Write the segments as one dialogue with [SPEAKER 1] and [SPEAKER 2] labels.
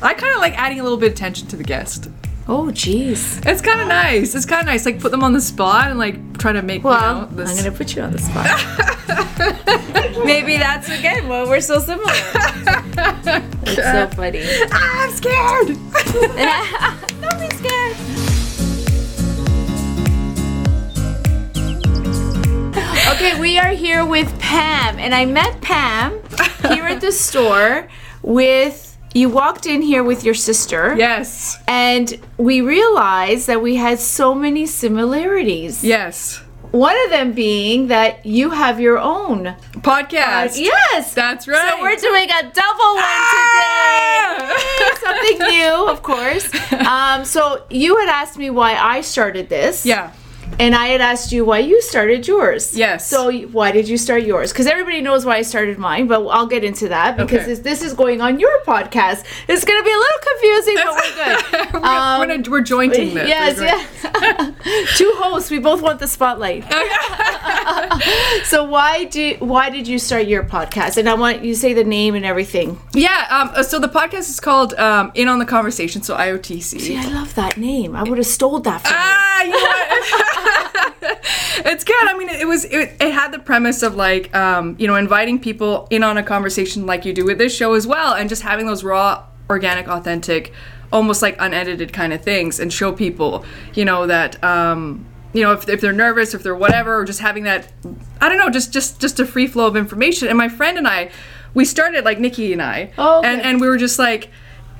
[SPEAKER 1] I kind of like adding a little bit of tension to the guest.
[SPEAKER 2] Oh, jeez.
[SPEAKER 1] It's kind of nice. It's kind of nice. Like put them on the spot and like try to make
[SPEAKER 2] Well,
[SPEAKER 1] you know, this.
[SPEAKER 2] I'm gonna put you on the spot. Maybe that's again why we're so similar. it's so funny.
[SPEAKER 1] Ah, I'm scared.
[SPEAKER 2] Don't be scared. Okay, we are here with Pam, and I met Pam here at the store with. You walked in here with your sister,
[SPEAKER 1] yes.
[SPEAKER 2] and we realized that we had so many similarities.
[SPEAKER 1] Yes.
[SPEAKER 2] One of them being that you have your own. Uh,
[SPEAKER 1] Podcast.
[SPEAKER 2] Yes,
[SPEAKER 1] That's right. Ah!
[SPEAKER 2] So we're doing a double one today. Yay, Something new, of course. Um, so you had asked me why I started this.
[SPEAKER 1] Yeah.
[SPEAKER 2] And I had asked you why you started yours.
[SPEAKER 1] Yes.
[SPEAKER 2] So y- why did you start yours? Because everybody knows why I started mine, but I'll get into that because
[SPEAKER 1] Okay.
[SPEAKER 2] this, this is going on your podcast. It's going to be a little confusing, but oh, we're good. Um,
[SPEAKER 1] we're, we're, gonna- we're jointing this.
[SPEAKER 2] Yes,
[SPEAKER 1] We're join-
[SPEAKER 2] yes. Two hosts. We both want the spotlight. so why do why did you start your podcast? And I want you to say the name and everything.
[SPEAKER 1] Yeah. Um, so the podcast is called um, In on the Conversation, so IOTC.
[SPEAKER 2] Gee, I love that name. I would have stole that from you.
[SPEAKER 1] Ah, you know what? it's good. I mean, it was it, it had the premise of like um, you know inviting people in on a conversation like you do with this show as well, and just having those raw, organic, authentic, almost like unedited kind of things, and show people you know that. Um, you know, if, if they're nervous, if they're whatever, or just having that, I don't know, just just just a free flow of information. And my friend and I, we started like Nikki and I,
[SPEAKER 2] Oh, okay.
[SPEAKER 1] and and we were just like,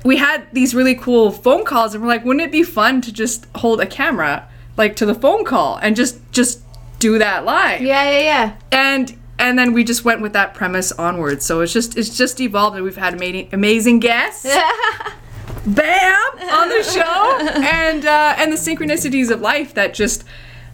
[SPEAKER 1] we had these really cool phone calls, and we're like, wouldn't it be fun to just hold a camera like to the phone call and just just do that live?
[SPEAKER 2] Yeah, yeah, yeah.
[SPEAKER 1] And and then we just went with that premise onwards. So it's just it's just evolved, and we've had amazing amazing guests. Bam on the show, and uh, and the synchronicities of life that just.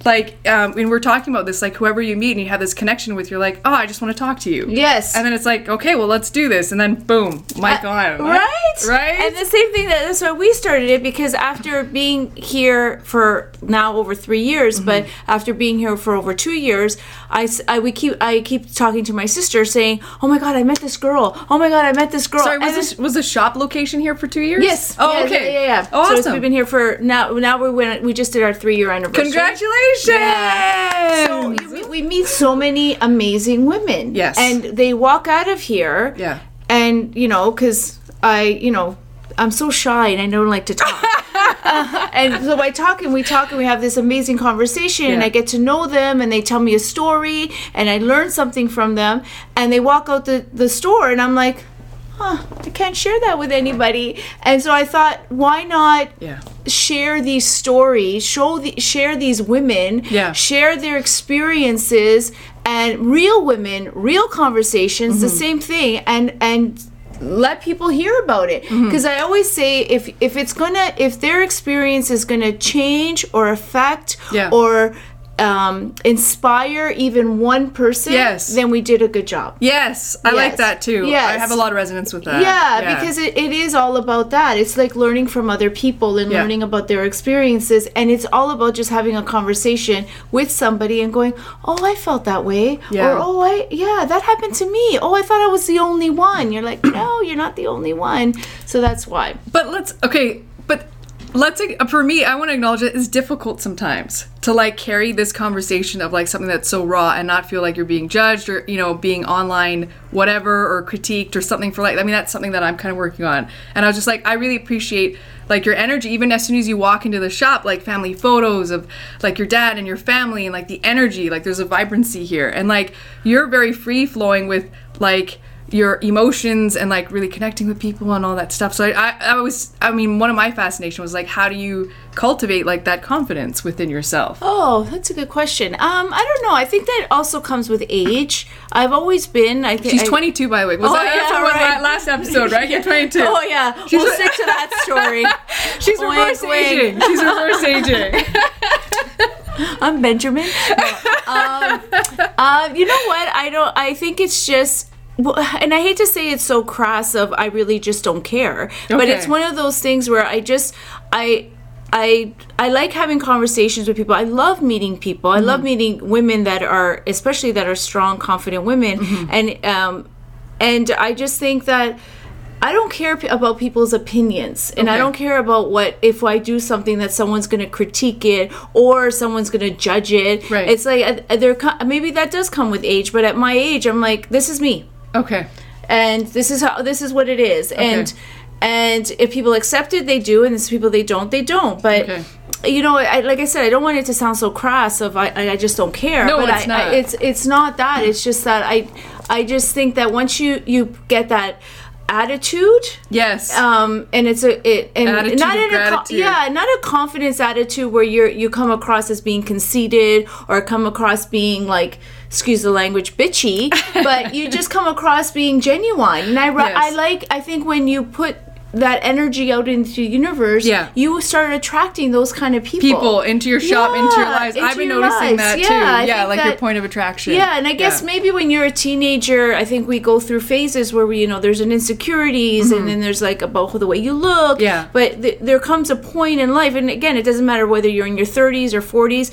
[SPEAKER 1] Like um, when we're talking about this, like whoever you meet and you have this connection with, you're like, oh, I just want to talk to you.
[SPEAKER 2] Yes. Uh,
[SPEAKER 1] And then it's like, okay, well, let's do this. And then boom, mic on.
[SPEAKER 2] Right?
[SPEAKER 1] Right?
[SPEAKER 2] And the same thing that that's why we started it because after being here for now over three years,
[SPEAKER 1] Mm-hmm.
[SPEAKER 2] but after being here for over two years, I, s- I- we keep I keep talking to my sister saying, "Oh my god, I met this girl. Oh my god, I met this girl."
[SPEAKER 1] Sorry,
[SPEAKER 2] And
[SPEAKER 1] was
[SPEAKER 2] then-
[SPEAKER 1] this was the shop location here for two years?
[SPEAKER 2] Yes.
[SPEAKER 1] Oh,
[SPEAKER 2] yeah,
[SPEAKER 1] okay.
[SPEAKER 2] Yeah, yeah. yeah.
[SPEAKER 1] Oh,
[SPEAKER 2] So
[SPEAKER 1] awesome.
[SPEAKER 2] it's- we've been here for now. Now we went. We just did our three-year anniversary.
[SPEAKER 1] Congratulations.
[SPEAKER 2] Yeah. So you- we, we meet so many amazing women.
[SPEAKER 1] Yes.
[SPEAKER 2] And they walk out of here.
[SPEAKER 1] Yeah.
[SPEAKER 2] And you know, because I, you know, I'm so shy and I don't like to talk. Uh, and so I talk and we talk and we have this amazing conversation and
[SPEAKER 1] Yeah.
[SPEAKER 2] I get to know them and they tell me a story and I learn something from them and they walk out the, the store and I'm like, huh, I can't share that with anybody. And so I thought, why not
[SPEAKER 1] Yeah.
[SPEAKER 2] share these stories, show the, share these women,
[SPEAKER 1] Yeah.
[SPEAKER 2] share their experiences and real women, real conversations, the
[SPEAKER 1] Mm-hmm.
[SPEAKER 2] same thing and and let people hear about it
[SPEAKER 1] Mm-hmm.
[SPEAKER 2] because I always say if if it's going to if their experience is going to change or affect
[SPEAKER 1] Yeah.
[SPEAKER 2] or um, inspire even one person,
[SPEAKER 1] Yes.
[SPEAKER 2] then we did a good job.
[SPEAKER 1] Yes, I
[SPEAKER 2] Yes.
[SPEAKER 1] like that too. I
[SPEAKER 2] Yes.
[SPEAKER 1] have a lot of resonance with that.
[SPEAKER 2] Yeah, because it, it is all about that. It's like learning from other people and
[SPEAKER 1] Yeah.
[SPEAKER 2] learning about their experiences. And it's all about just having a conversation with somebody and going, oh, I felt that way.
[SPEAKER 1] Yeah.
[SPEAKER 2] Or, oh, I, yeah, that happened to me. Oh, I thought I was the only one. You're like, no, you're not the only one. So that's why.
[SPEAKER 1] But let's okay, but let's uh, for me, I want to acknowledge that it's difficult sometimes to like carry this conversation of like something that's so raw and not feel like you're being judged or you know being online whatever or critiqued or something for like I mean that's something that I'm kind of working on. And I was just like I really appreciate like your energy even as soon as you walk into the shop like family photos of like your dad and your family and like the energy like there's a vibrancy here and like you're very free flowing with like your emotions and like really connecting with people and all that stuff. So I, I, I was, I mean, one of my fascination was like, how do you cultivate like that confidence within yourself?
[SPEAKER 2] Oh, that's a good question. Um, I don't know. I think that also comes with age. I've always been. I think
[SPEAKER 1] She's
[SPEAKER 2] I-
[SPEAKER 1] 22, by the way. Was
[SPEAKER 2] Oh,
[SPEAKER 1] that, that's
[SPEAKER 2] yeah,
[SPEAKER 1] what was
[SPEAKER 2] right.
[SPEAKER 1] la- last episode, right? You're 22.
[SPEAKER 2] Oh yeah,
[SPEAKER 1] She's
[SPEAKER 2] we'll
[SPEAKER 1] a-
[SPEAKER 2] stick to that story.
[SPEAKER 1] She's
[SPEAKER 2] Wink,
[SPEAKER 1] reverse
[SPEAKER 2] wink.
[SPEAKER 1] aging. She's reverse aging.
[SPEAKER 2] I'm Benjamin. No. um, um, you know what? I don't. I think it's just. well, And I hate to say it's so crass of I really just don't care, but
[SPEAKER 1] Okay.
[SPEAKER 2] it's one of those things where I just I I I like having conversations with people. I love meeting people. I
[SPEAKER 1] Mm-hmm.
[SPEAKER 2] love meeting women that are
[SPEAKER 1] Mm-hmm.
[SPEAKER 2] especially that are strong, confident women, and um, and I just think that I don't care p- about people's opinions, and I
[SPEAKER 1] Okay.
[SPEAKER 2] don't care about what if I do something that someone's going to critique it or someone's going to judge it.
[SPEAKER 1] Right.
[SPEAKER 2] It's like uh, there co- maybe that does come with age, but at my age, I'm like, this is me,
[SPEAKER 1] Okay.
[SPEAKER 2] and this is how this is what it is, and and if people accept it, they do, and if people they don't, they don't. But
[SPEAKER 1] Okay.
[SPEAKER 2] you know, I, like I said, I don't want it to sound so crass. Of I, I I just don't care.
[SPEAKER 1] No,
[SPEAKER 2] but
[SPEAKER 1] it's
[SPEAKER 2] I,
[SPEAKER 1] not.
[SPEAKER 2] I, it's it's not that. It's just that I I just think that once you you get that attitude
[SPEAKER 1] Yes.
[SPEAKER 2] um and it's a it and
[SPEAKER 1] Attitude
[SPEAKER 2] not
[SPEAKER 1] of
[SPEAKER 2] in a co-
[SPEAKER 1] gratitude.
[SPEAKER 2] yeah not a confidence attitude where you're you come across as being conceited or come across being like excuse the language bitchy but you just come across being genuine and i ri-
[SPEAKER 1] Yes.
[SPEAKER 2] i like i think when you put that energy out into the universe
[SPEAKER 1] Yeah.
[SPEAKER 2] you start attracting those kind of people
[SPEAKER 1] People into your shop, into your
[SPEAKER 2] Yeah,
[SPEAKER 1] lives. I've
[SPEAKER 2] into
[SPEAKER 1] been
[SPEAKER 2] your
[SPEAKER 1] noticing
[SPEAKER 2] lives.
[SPEAKER 1] that too.
[SPEAKER 2] Yeah, I
[SPEAKER 1] yeah,
[SPEAKER 2] think
[SPEAKER 1] like your
[SPEAKER 2] that-
[SPEAKER 1] point of attraction.
[SPEAKER 2] yeah, and I guess maybe when you're a teenager, I think we go through phases where we, you know, there's an insecurities, and then there's like about the way you look.
[SPEAKER 1] Mm-hmm. Yeah.
[SPEAKER 2] But th- there comes a point in life, and again, it doesn't matter whether you're in your 30s or 40s.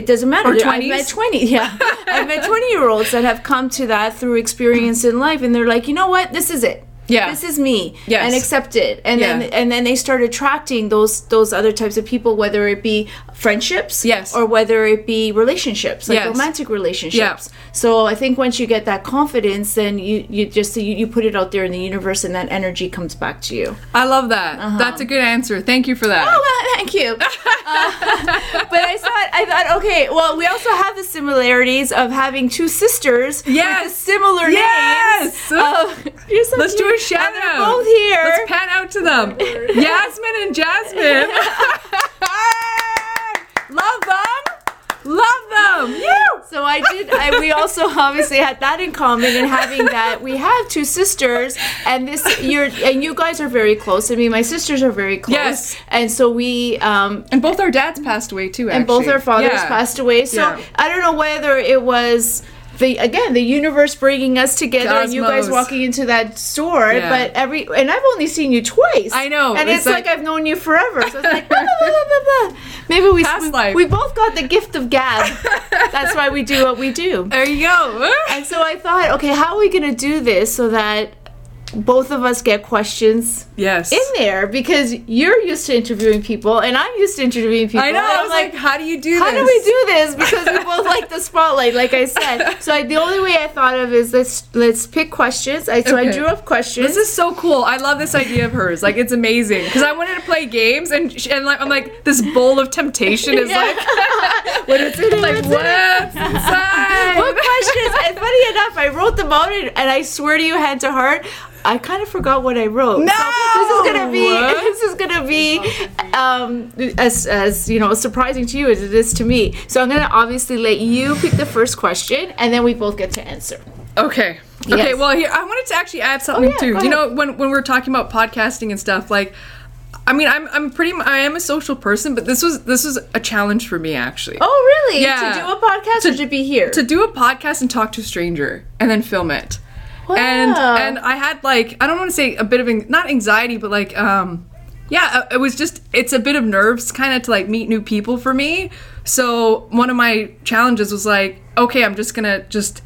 [SPEAKER 2] It doesn't matter.
[SPEAKER 1] Or
[SPEAKER 2] There- I've
[SPEAKER 1] 20s.
[SPEAKER 2] met 20. Yeah, I've met 20 year olds that have come to that through experience in life, and they're like, you know what, this is it.
[SPEAKER 1] Yeah.
[SPEAKER 2] This is me.
[SPEAKER 1] Yes.
[SPEAKER 2] And accept it. And
[SPEAKER 1] Yeah.
[SPEAKER 2] then and then they start attracting those those other types of people, whether it be friendships
[SPEAKER 1] Yes.
[SPEAKER 2] or whether it be relationships, like
[SPEAKER 1] Yes.
[SPEAKER 2] romantic relationships. So I think once you get that confidence, then you you just you, you put it out there in the universe, and that energy comes back to you.
[SPEAKER 1] I love that. That's a good answer. Thank you for that.
[SPEAKER 2] Uh-huh. Oh, well, thank you. Uh, but I thought I thought okay. Well, we also have the similarities of having two sisters
[SPEAKER 1] Yes.
[SPEAKER 2] with similar names.
[SPEAKER 1] Yes!
[SPEAKER 2] Um, you're so
[SPEAKER 1] Let's do
[SPEAKER 2] cute.
[SPEAKER 1] a shout
[SPEAKER 2] And they're
[SPEAKER 1] out.
[SPEAKER 2] both here.
[SPEAKER 1] Let's pan out to them. Yasmin and Jasmine. Love them. Love them. You.
[SPEAKER 2] So I did. I, we also obviously had that in common, and having that, we have two sisters, and this you're and you guys are very close. I mean, my sisters are very close,
[SPEAKER 1] Yes.
[SPEAKER 2] and so we um,
[SPEAKER 1] And both our dads passed away too. Actually.
[SPEAKER 2] and both our fathers
[SPEAKER 1] Yeah.
[SPEAKER 2] passed away. So
[SPEAKER 1] Yeah.
[SPEAKER 2] I don't know whether it was. The, again, the universe bringing us together, and you guys
[SPEAKER 1] Cosmos.
[SPEAKER 2] walking into that store.
[SPEAKER 1] Yeah.
[SPEAKER 2] But every and I've only seen you twice.
[SPEAKER 1] I know,
[SPEAKER 2] and
[SPEAKER 1] it's
[SPEAKER 2] it's, like,
[SPEAKER 1] like-
[SPEAKER 2] I've known you forever. So it's like blah, blah, blah, blah, blah. maybe we
[SPEAKER 1] Past
[SPEAKER 2] we,
[SPEAKER 1] life.
[SPEAKER 2] we both got the gift of gab. That's why we do what we do.
[SPEAKER 1] There you go.
[SPEAKER 2] And so I thought, okay, how are we going to do this so that both of us get questions
[SPEAKER 1] yes.
[SPEAKER 2] in there? Because you're used to interviewing people, and I'm used to interviewing people.
[SPEAKER 1] I know.
[SPEAKER 2] And
[SPEAKER 1] I
[SPEAKER 2] I'm
[SPEAKER 1] was like, how do you do
[SPEAKER 2] how
[SPEAKER 1] this?
[SPEAKER 2] do we do this? Because we both like the spotlight, like I said. So I, the only way I thought of is let's let's pick questions. I, so I
[SPEAKER 1] Okay.
[SPEAKER 2] drew up questions.
[SPEAKER 1] This is so cool. I love this idea of hers. Like, it's amazing. Because I wanted to play games, and, sh- and like, I'm like, this bowl of temptation is
[SPEAKER 2] Yeah.
[SPEAKER 1] like,
[SPEAKER 2] what is it?
[SPEAKER 1] like
[SPEAKER 2] What's in it?
[SPEAKER 1] what's inside?
[SPEAKER 2] What questions? And funny enough, I wrote them out, and, and I swear to you, hand to heart, I kind of forgot what I wrote.
[SPEAKER 1] No!
[SPEAKER 2] So this is gonna be this is gonna be um, as as you know surprising to you as it is to me. So I'm gonna obviously let you pick the first question, and then we both get to answer.
[SPEAKER 1] Okay.
[SPEAKER 2] Yes.
[SPEAKER 1] Okay. Well, here I wanted to actually add something
[SPEAKER 2] yeah,
[SPEAKER 1] too.
[SPEAKER 2] go
[SPEAKER 1] You know,
[SPEAKER 2] ahead.
[SPEAKER 1] when when we're talking about podcasting and stuff, like, I mean, I'm I'm pretty mu- I am a social person, but this was this was a challenge for me actually.
[SPEAKER 2] Oh, really?
[SPEAKER 1] Yeah.
[SPEAKER 2] To do a podcast
[SPEAKER 1] To-
[SPEAKER 2] or to be here?
[SPEAKER 1] To do a podcast and talk to a stranger and then film it.
[SPEAKER 2] Wow.
[SPEAKER 1] And and I had like I don't want to say a bit of an- not anxiety, but like um yeah, uh, it was just it's a bit of nerves kind of to like meet new people for me. So one of my challenges was like, okay, I'm just gonna just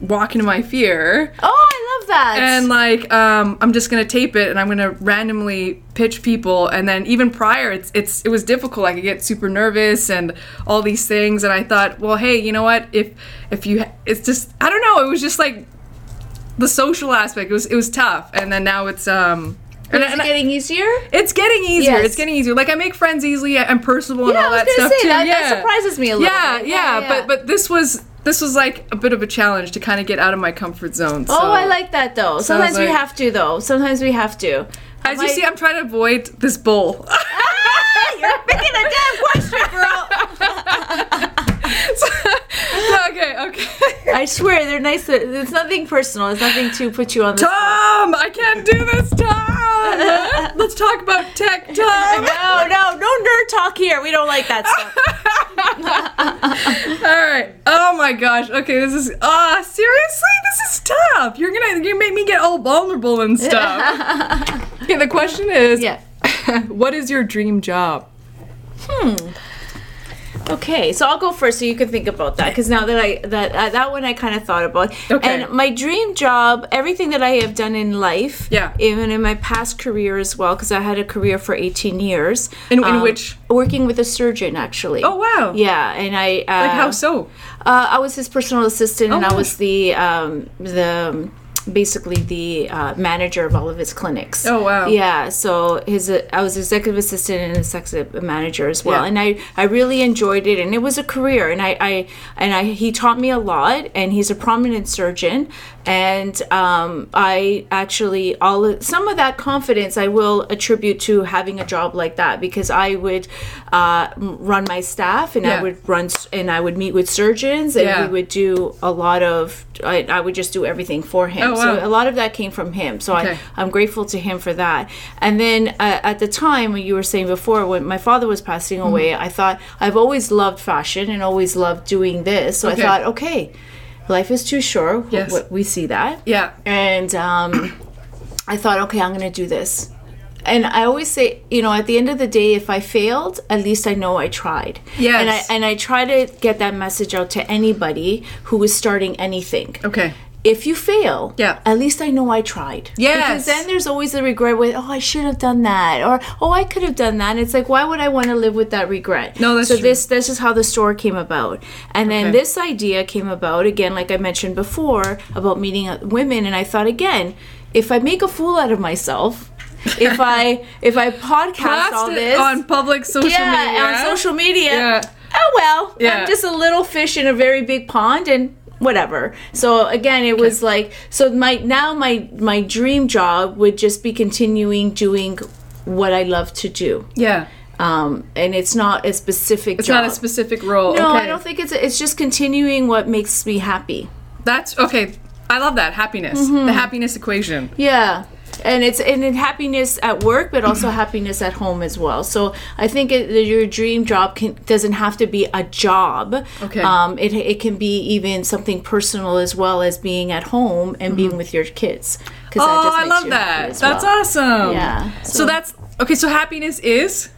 [SPEAKER 1] walk into my fear.
[SPEAKER 2] oh, I love that.
[SPEAKER 1] and like um, I'm just gonna tape it and I'm gonna randomly pitch people and then even prior it's it's it was difficult I could get super nervous and all these things and I thought well hey you know what if if you it's just I don't know it was just like the social aspect it was it was tough and then now it's um and,
[SPEAKER 2] is
[SPEAKER 1] and
[SPEAKER 2] it getting easier?
[SPEAKER 1] it's getting easier
[SPEAKER 2] Yes.
[SPEAKER 1] it's getting easier like I make friends easily I- I'm personable and
[SPEAKER 2] Yeah, I
[SPEAKER 1] all
[SPEAKER 2] was
[SPEAKER 1] that
[SPEAKER 2] gonna
[SPEAKER 1] stuff
[SPEAKER 2] say,
[SPEAKER 1] too
[SPEAKER 2] that-
[SPEAKER 1] yeah
[SPEAKER 2] that surprises me a little
[SPEAKER 1] yeah,
[SPEAKER 2] bit.
[SPEAKER 1] yeah
[SPEAKER 2] Yeah, yeah.
[SPEAKER 1] but but this was this was like a bit of a challenge to kind of get out of my comfort zone so.
[SPEAKER 2] oh, I like that though. Sometimes we
[SPEAKER 1] like-
[SPEAKER 2] have to though. Sometimes we have to.
[SPEAKER 1] As you
[SPEAKER 2] Am I-
[SPEAKER 1] see, I'm trying to avoid this bowl.
[SPEAKER 2] Ah, you're picking a damn question, girl.
[SPEAKER 1] okay, okay.
[SPEAKER 2] I swear they're nice. It's nothing personal. It's nothing to put you on the.
[SPEAKER 1] Tom, I can't do this, Tom. Let's talk about tech, Tom.
[SPEAKER 2] No, no, no nerd talk here. We don't like that stuff.
[SPEAKER 1] All right. Oh my gosh. Okay, this is ah seriously, this is tough. You're gonna you make me get all vulnerable and stuff. okay, the question is,
[SPEAKER 2] Yeah.
[SPEAKER 1] what is your dream job?
[SPEAKER 2] Okay, so I'll go first, so you can think about that. Because now that I that uh, that one I kind of thought about.
[SPEAKER 1] Okay.
[SPEAKER 2] And my dream job, everything that I have done in life,
[SPEAKER 1] Yeah.
[SPEAKER 2] even in my past career as well, because I had a career for eighteen years. Um,
[SPEAKER 1] In- in which-
[SPEAKER 2] Working with a surgeon, actually.
[SPEAKER 1] Oh, wow.
[SPEAKER 2] Yeah, and I uh,
[SPEAKER 1] Like how so?
[SPEAKER 2] Uh, I was his personal assistant, and
[SPEAKER 1] Oh,
[SPEAKER 2] I
[SPEAKER 1] nice.
[SPEAKER 2] was the um, the basically the uh, manager of all of his clinics.
[SPEAKER 1] Oh, wow.
[SPEAKER 2] Yeah, so his uh, I was executive assistant and executive manager as well,
[SPEAKER 1] Yeah.
[SPEAKER 2] and I I really enjoyed it, and it was a career, and I, I and I he taught me a lot, and he's a prominent surgeon, and um, I actually all of, some of that confidence I will attribute to having a job like that because I would uh, m- run my staff, and
[SPEAKER 1] Yeah.
[SPEAKER 2] I would run s- and I would meet with surgeons, and
[SPEAKER 1] Yeah.
[SPEAKER 2] we would do a lot of I, I would just do everything for him.
[SPEAKER 1] Oh, wow.
[SPEAKER 2] So a lot of that came from him. So
[SPEAKER 1] Okay.
[SPEAKER 2] I. I'm grateful to him for that. And then uh, at the time when you were saying before, when my father was passing
[SPEAKER 1] Mm-hmm.
[SPEAKER 2] away, I thought I've always loved fashion and always loved doing this. So
[SPEAKER 1] Okay.
[SPEAKER 2] I thought, okay, life is too short. W-
[SPEAKER 1] Yes.
[SPEAKER 2] w- we see that.
[SPEAKER 1] Yeah.
[SPEAKER 2] And um, I thought, okay, I'm going to do this. And I always say, you know, at the end of the day, if I failed, at least I know I tried.
[SPEAKER 1] Yes.
[SPEAKER 2] And I, and I try to get that message out to anybody who is starting anything
[SPEAKER 1] Okay.
[SPEAKER 2] if you fail,
[SPEAKER 1] Yeah.
[SPEAKER 2] at least I know I tried.
[SPEAKER 1] Yes.
[SPEAKER 2] Because then there's always the regret with, oh, I should have done that, or oh, I could have done that. And it's like, why would I want to live with that regret?
[SPEAKER 1] No, that's
[SPEAKER 2] so
[SPEAKER 1] true.
[SPEAKER 2] this this is how the store came about, and then
[SPEAKER 1] Okay.
[SPEAKER 2] this idea came about again, like I mentioned before about meeting uh, women, and I thought again, if I make a fool out of myself, if I if I podcast
[SPEAKER 1] Blast
[SPEAKER 2] all this
[SPEAKER 1] it on public social
[SPEAKER 2] yeah,
[SPEAKER 1] media.
[SPEAKER 2] on social media.
[SPEAKER 1] Yeah.
[SPEAKER 2] Oh well,
[SPEAKER 1] Yeah.
[SPEAKER 2] I'm just a little fish in a very big pond, and whatever. So again, it was like so. My now my my dream job would just be continuing doing what I love to do,
[SPEAKER 1] Yeah.
[SPEAKER 2] um, and it's not a specific.
[SPEAKER 1] It's
[SPEAKER 2] job.
[SPEAKER 1] not a specific role.
[SPEAKER 2] No,
[SPEAKER 1] okay.
[SPEAKER 2] I don't think it's. It's just continuing what makes me happy.
[SPEAKER 1] That's okay. I love that happiness.
[SPEAKER 2] Mm-hmm.
[SPEAKER 1] The happiness equation.
[SPEAKER 2] Yeah. And it's and in happiness at work, but also happiness at home as well. So I think it, that your dream job can, doesn't have to be a job.
[SPEAKER 1] Okay.
[SPEAKER 2] Um, it, it can be even something personal as well as being at home and being with your kids. 'cause that
[SPEAKER 1] Mm-hmm. Oh,
[SPEAKER 2] just
[SPEAKER 1] I
[SPEAKER 2] makes
[SPEAKER 1] love
[SPEAKER 2] you happy
[SPEAKER 1] that.
[SPEAKER 2] as
[SPEAKER 1] That's
[SPEAKER 2] well.
[SPEAKER 1] awesome.
[SPEAKER 2] Yeah.
[SPEAKER 1] So, that's okay. So happiness is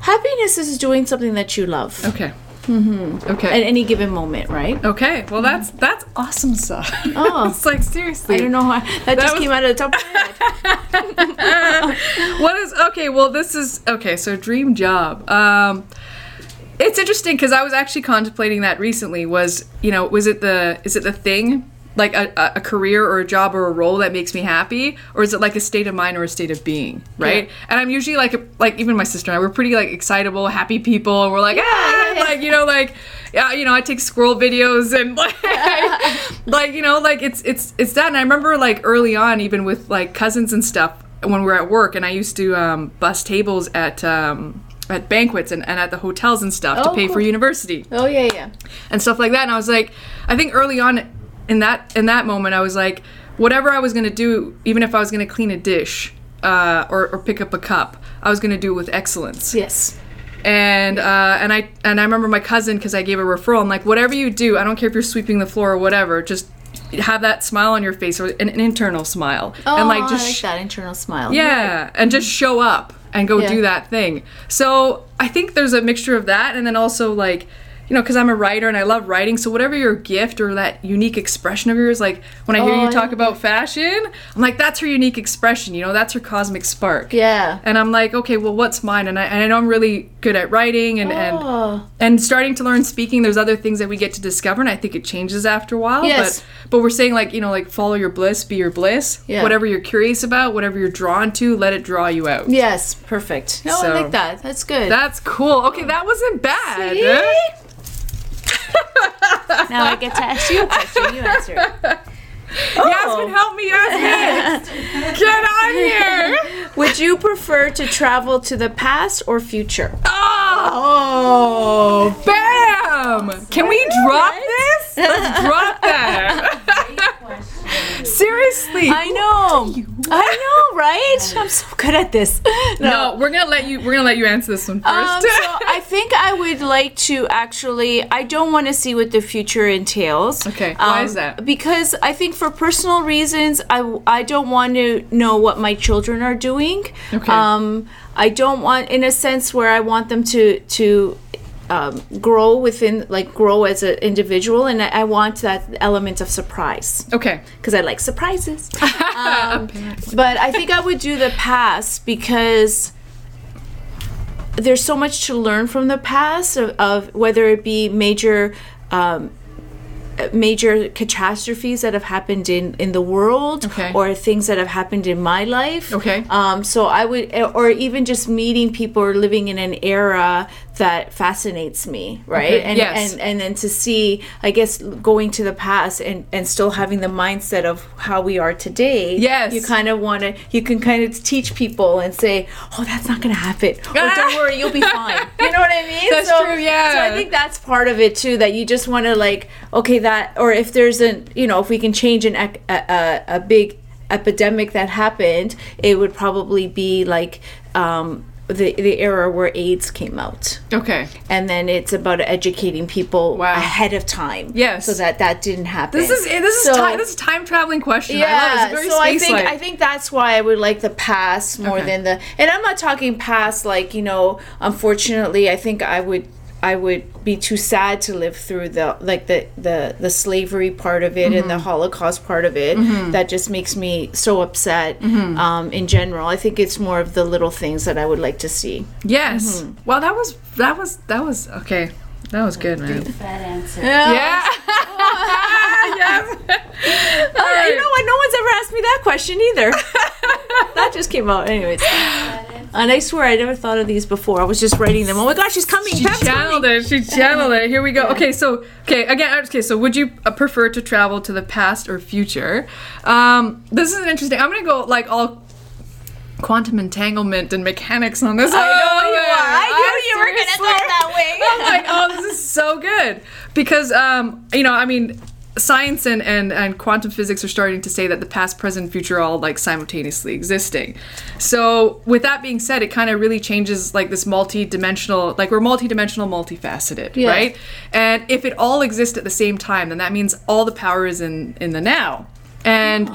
[SPEAKER 2] Happiness is doing something that you love
[SPEAKER 1] okay. Mm-hmm.
[SPEAKER 2] at
[SPEAKER 1] Okay.
[SPEAKER 2] any given moment, right?
[SPEAKER 1] okay. Well, that's that's awesome stuff.
[SPEAKER 2] Oh.
[SPEAKER 1] it's like seriously.
[SPEAKER 2] I don't know why that, just
[SPEAKER 1] was-
[SPEAKER 2] came out of the top of my head.
[SPEAKER 1] What is okay? Well, this is okay. So dream job. Um, it's interesting because I was actually contemplating that recently. Was you know was it the is it the thing like a, a- a career or a job or a role that makes me happy, or is it like a state of mind or a state of being, right? And I'm usually like a, like even my sister and I we're pretty like excitable, happy people, and we're like ah,
[SPEAKER 2] yeah, yeah.
[SPEAKER 1] like you know like yeah you know I take squirrel videos and like like you know like it's it's it's that. And I remember like early on even with like cousins and stuff when we were at work, and I used to um, bus tables at. Um, at banquets and, and at the hotels and stuff to
[SPEAKER 2] Oh,
[SPEAKER 1] pay for
[SPEAKER 2] cool.
[SPEAKER 1] university
[SPEAKER 2] Oh yeah, yeah.
[SPEAKER 1] and stuff like that. And I was like, I think early on in that in that moment, I was like, whatever I was gonna do, even if I was gonna clean a dish uh, or, or pick up a cup, I was gonna do it with excellence
[SPEAKER 2] Yes.
[SPEAKER 1] and uh, and I and I remember my cousin because I gave a referral. I'm like, whatever you do, I don't care if you're sweeping the floor or whatever, just have that smile on your face or an, an internal smile,
[SPEAKER 2] Oh,
[SPEAKER 1] and like
[SPEAKER 2] I
[SPEAKER 1] just
[SPEAKER 2] like
[SPEAKER 1] sh-
[SPEAKER 2] that internal smile.
[SPEAKER 1] yeah, and just show up and go
[SPEAKER 2] Yeah.
[SPEAKER 1] do that thing. So I think there's a mixture of that, and then also like, you know, because I'm a writer and I love writing. So whatever your gift or that unique expression of yours, like when I hear
[SPEAKER 2] Oh,
[SPEAKER 1] you
[SPEAKER 2] I
[SPEAKER 1] talk
[SPEAKER 2] love
[SPEAKER 1] about fashion, I'm like, that's her unique expression. You know, that's her cosmic spark.
[SPEAKER 2] Yeah.
[SPEAKER 1] And I'm like, okay, well, what's mine? And I, and I know I'm really good at writing and,
[SPEAKER 2] Oh.
[SPEAKER 1] and and starting to learn speaking. There's other things that we get to discover, and I think it changes after a while.
[SPEAKER 2] Yes.
[SPEAKER 1] But, but we're saying like you know like follow your bliss, be your bliss.
[SPEAKER 2] Yeah.
[SPEAKER 1] Whatever you're curious about, whatever you're drawn to, let it draw you out.
[SPEAKER 2] Yes, perfect. No,
[SPEAKER 1] So-
[SPEAKER 2] I like that. That's good.
[SPEAKER 1] That's cool. Okay, that wasn't bad.
[SPEAKER 2] See?
[SPEAKER 1] eh?
[SPEAKER 2] now I get to ask you a question. You answer. it. Oh.
[SPEAKER 1] Yasmin, help me, Yasmin. Get on here.
[SPEAKER 2] Would you prefer to travel to the past or future?
[SPEAKER 1] Oh, bam! Can we drop this? Let's drop that. Seriously.
[SPEAKER 2] I know. I know, right? I'm so good at this.
[SPEAKER 1] no, we're gonna let you. We're gonna let you answer this one first.
[SPEAKER 2] Um, so I think I would like to actually. I don't want to see what the future entails.
[SPEAKER 1] Okay, why
[SPEAKER 2] Um,
[SPEAKER 1] is that?
[SPEAKER 2] Because I think for personal reasons, I I don't want to know what my children are doing.
[SPEAKER 1] Okay.
[SPEAKER 2] Um, I don't want, in a sense, where I want them to to. um, grow within, like grow as an individual, and I, I want that element of surprise
[SPEAKER 1] Okay.
[SPEAKER 2] because I like surprises. Um, but I think I would do the past because there's so much to learn from the past of, of whether it be major. Um, uh, major catastrophes that have happened in in the world
[SPEAKER 1] Okay.
[SPEAKER 2] or things that have happened in my life
[SPEAKER 1] Okay.
[SPEAKER 2] um so i would or even just meeting people or living in an era that fascinates me right
[SPEAKER 1] Okay.
[SPEAKER 2] and,
[SPEAKER 1] Yes.
[SPEAKER 2] and and then to see i guess going to the past and and still having the mindset of how we are today
[SPEAKER 1] Yes.
[SPEAKER 2] you kind of want to you can kind of teach people and say oh that's not gonna happen or don't worry you'll be fine you know what i mean
[SPEAKER 1] That's true, yeah.
[SPEAKER 2] so i think that's part of it too that you just want to like okay that or if there's an you know if we can change an ec- a, a, a big epidemic that happened it would probably be like um the, the era where AIDS came out
[SPEAKER 1] Okay.
[SPEAKER 2] and then it's about educating people
[SPEAKER 1] Wow.
[SPEAKER 2] ahead of time.
[SPEAKER 1] Yes.
[SPEAKER 2] so that that didn't happen.
[SPEAKER 1] This is this is
[SPEAKER 2] So-
[SPEAKER 1] time this is time traveling question. I love
[SPEAKER 2] Yeah,
[SPEAKER 1] it. It's very
[SPEAKER 2] so I think
[SPEAKER 1] space-like.
[SPEAKER 2] I think that's why I would like the past more
[SPEAKER 1] Okay.
[SPEAKER 2] than the. And I'm not talking past like you know. Unfortunately, I think I would I would be too sad to live through the like the the the slavery part of it and the
[SPEAKER 1] Mm-hmm.
[SPEAKER 2] Holocaust part of it. That just makes me so upset.
[SPEAKER 1] Mm-hmm.
[SPEAKER 2] Um, in general, I think it's more of the little things that I would like to see.
[SPEAKER 1] Yes.
[SPEAKER 2] Mm-hmm.
[SPEAKER 1] Well, that was that was that was okay. That was good, man.
[SPEAKER 3] Bad answer.
[SPEAKER 1] Yeah. yes. All
[SPEAKER 2] Uh, You
[SPEAKER 1] right.
[SPEAKER 2] know what? No one's ever asked me that question either. that just came out, anyways. And I swear I never thought of these before. I was just writing them. Oh my gosh, she's coming!
[SPEAKER 1] She
[SPEAKER 2] Pam's
[SPEAKER 1] channeled
[SPEAKER 2] coming.
[SPEAKER 1] it. She channeled it. Here we go. Okay, so okay again. Okay, so would you uh, prefer to travel to the past or future? Um, this is an interesting. I'm gonna go like all quantum entanglement and mechanics on this.
[SPEAKER 2] I know you are. I
[SPEAKER 1] I'm
[SPEAKER 2] knew you were gonna go
[SPEAKER 1] Oh seriously-
[SPEAKER 2] that
[SPEAKER 1] I'm
[SPEAKER 2] way.
[SPEAKER 1] like, oh, this is so good because um, you know, I mean, science and, and and quantum physics are starting to say that the past, present, future are all like simultaneously existing. So, with that being said, it kind of really changes like this multi-dimensional, like we're multi-dimensional, multifaceted,
[SPEAKER 2] Yeah.
[SPEAKER 1] right? And if it all exists at the same time, then that means all the power is in in the now, and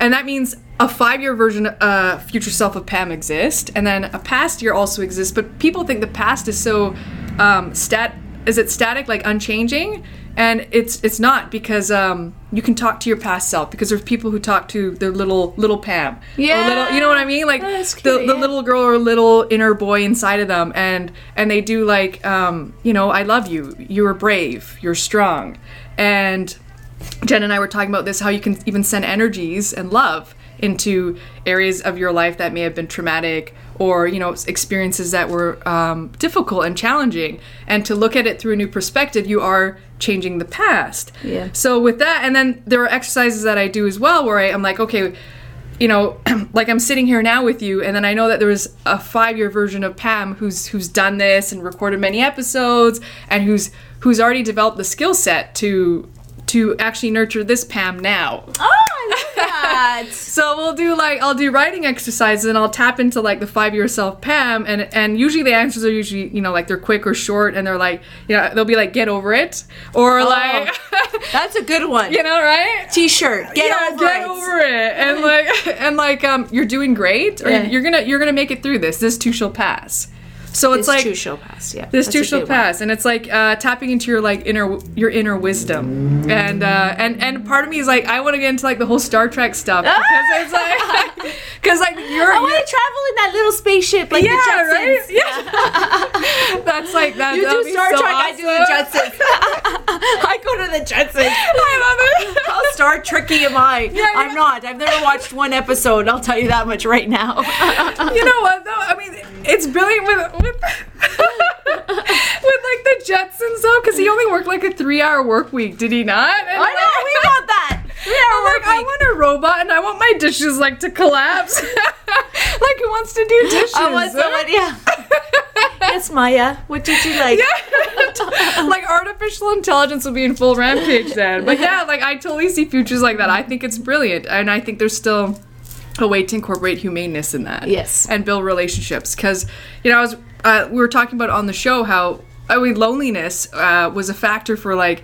[SPEAKER 1] and that means. A five-year version, uh, future self of Pam exists, and then a past year also exists. But people think the past is so um, stat is it static like unchanging and it's it's not because um, you can talk to your past self because there's people who talk to their little little Pam
[SPEAKER 2] Yeah.
[SPEAKER 1] or little, you know what I mean like
[SPEAKER 2] Oh, that's
[SPEAKER 1] the,
[SPEAKER 2] cute,
[SPEAKER 1] the
[SPEAKER 2] yeah.
[SPEAKER 1] little girl or little inner boy inside of them and and they do like um, you know I love you you are brave you're strong and Jen and I were talking about this how you can even send energies and love into areas of your life that may have been traumatic or you know experiences that were um, difficult and challenging and to look at it through a new perspective you are changing the past
[SPEAKER 2] Yeah.
[SPEAKER 1] so with that and then there are exercises that i do as well where I, i'm like okay you know like i'm sitting here now with you and then i know that there was a five year version of pam who's who's done this and recorded many episodes and who's who's already developed the skill set to to actually nurture this pam now
[SPEAKER 2] Oh, I love that.
[SPEAKER 1] so we'll do like I'll do writing exercises and I'll tap into like the five year self Pam and and usually the answers are usually you know like they're quick or short and they're like you know they'll be like get over it or like
[SPEAKER 2] That's a good one.
[SPEAKER 1] you know right
[SPEAKER 2] T-shirt. Get
[SPEAKER 1] yeah,
[SPEAKER 2] over
[SPEAKER 1] get
[SPEAKER 2] it.
[SPEAKER 1] over it and like and like um you're doing great or
[SPEAKER 2] Yeah.
[SPEAKER 1] you're gonna you're gonna make it through this this too shall pass so it's
[SPEAKER 2] This
[SPEAKER 1] like
[SPEAKER 2] two shall pass. Yeah.
[SPEAKER 1] this
[SPEAKER 2] that's
[SPEAKER 1] too
[SPEAKER 2] a
[SPEAKER 1] shall
[SPEAKER 2] good one.
[SPEAKER 1] pass and it's like uh, tapping into your like inner your inner wisdom and uh, and and part of me is like i want to get into like the whole star trek stuff because it's like because like you're,
[SPEAKER 2] Ah! I
[SPEAKER 1] you're-
[SPEAKER 2] want to travel in that little spaceship like
[SPEAKER 1] yeah
[SPEAKER 2] the Jetsons.
[SPEAKER 1] right yeah that's like that
[SPEAKER 2] You
[SPEAKER 1] that would
[SPEAKER 2] do
[SPEAKER 1] be
[SPEAKER 2] Star
[SPEAKER 1] so
[SPEAKER 2] Trek. I do the
[SPEAKER 1] awesome.
[SPEAKER 2] Jetsons. I go to the Jetsons.
[SPEAKER 1] i love it
[SPEAKER 2] How Star Trekky am I?
[SPEAKER 1] yeah.
[SPEAKER 2] I'm not. I've never watched one episode. I'll tell you that much right now.
[SPEAKER 1] you know what though? I mean, it's brilliant with with, with like the Jetsons though, because he only worked like a three-hour work week, did he not? And
[SPEAKER 2] I know we got that.
[SPEAKER 1] I'm
[SPEAKER 2] Yeah,
[SPEAKER 1] like, I want a robot, and I want my dishes like to collapse. like who wants to do dishes?
[SPEAKER 2] I want someone. Yeah. yes, Maya. What did you like?
[SPEAKER 1] like artificial intelligence will be in full rampage then. But yeah, like I totally see futures like that. I think it's brilliant, and I think there's still a way to incorporate humaneness in that.
[SPEAKER 2] Yes.
[SPEAKER 1] and build relationships because you know I was uh, we were talking about on the show how I mean loneliness uh, was a factor for like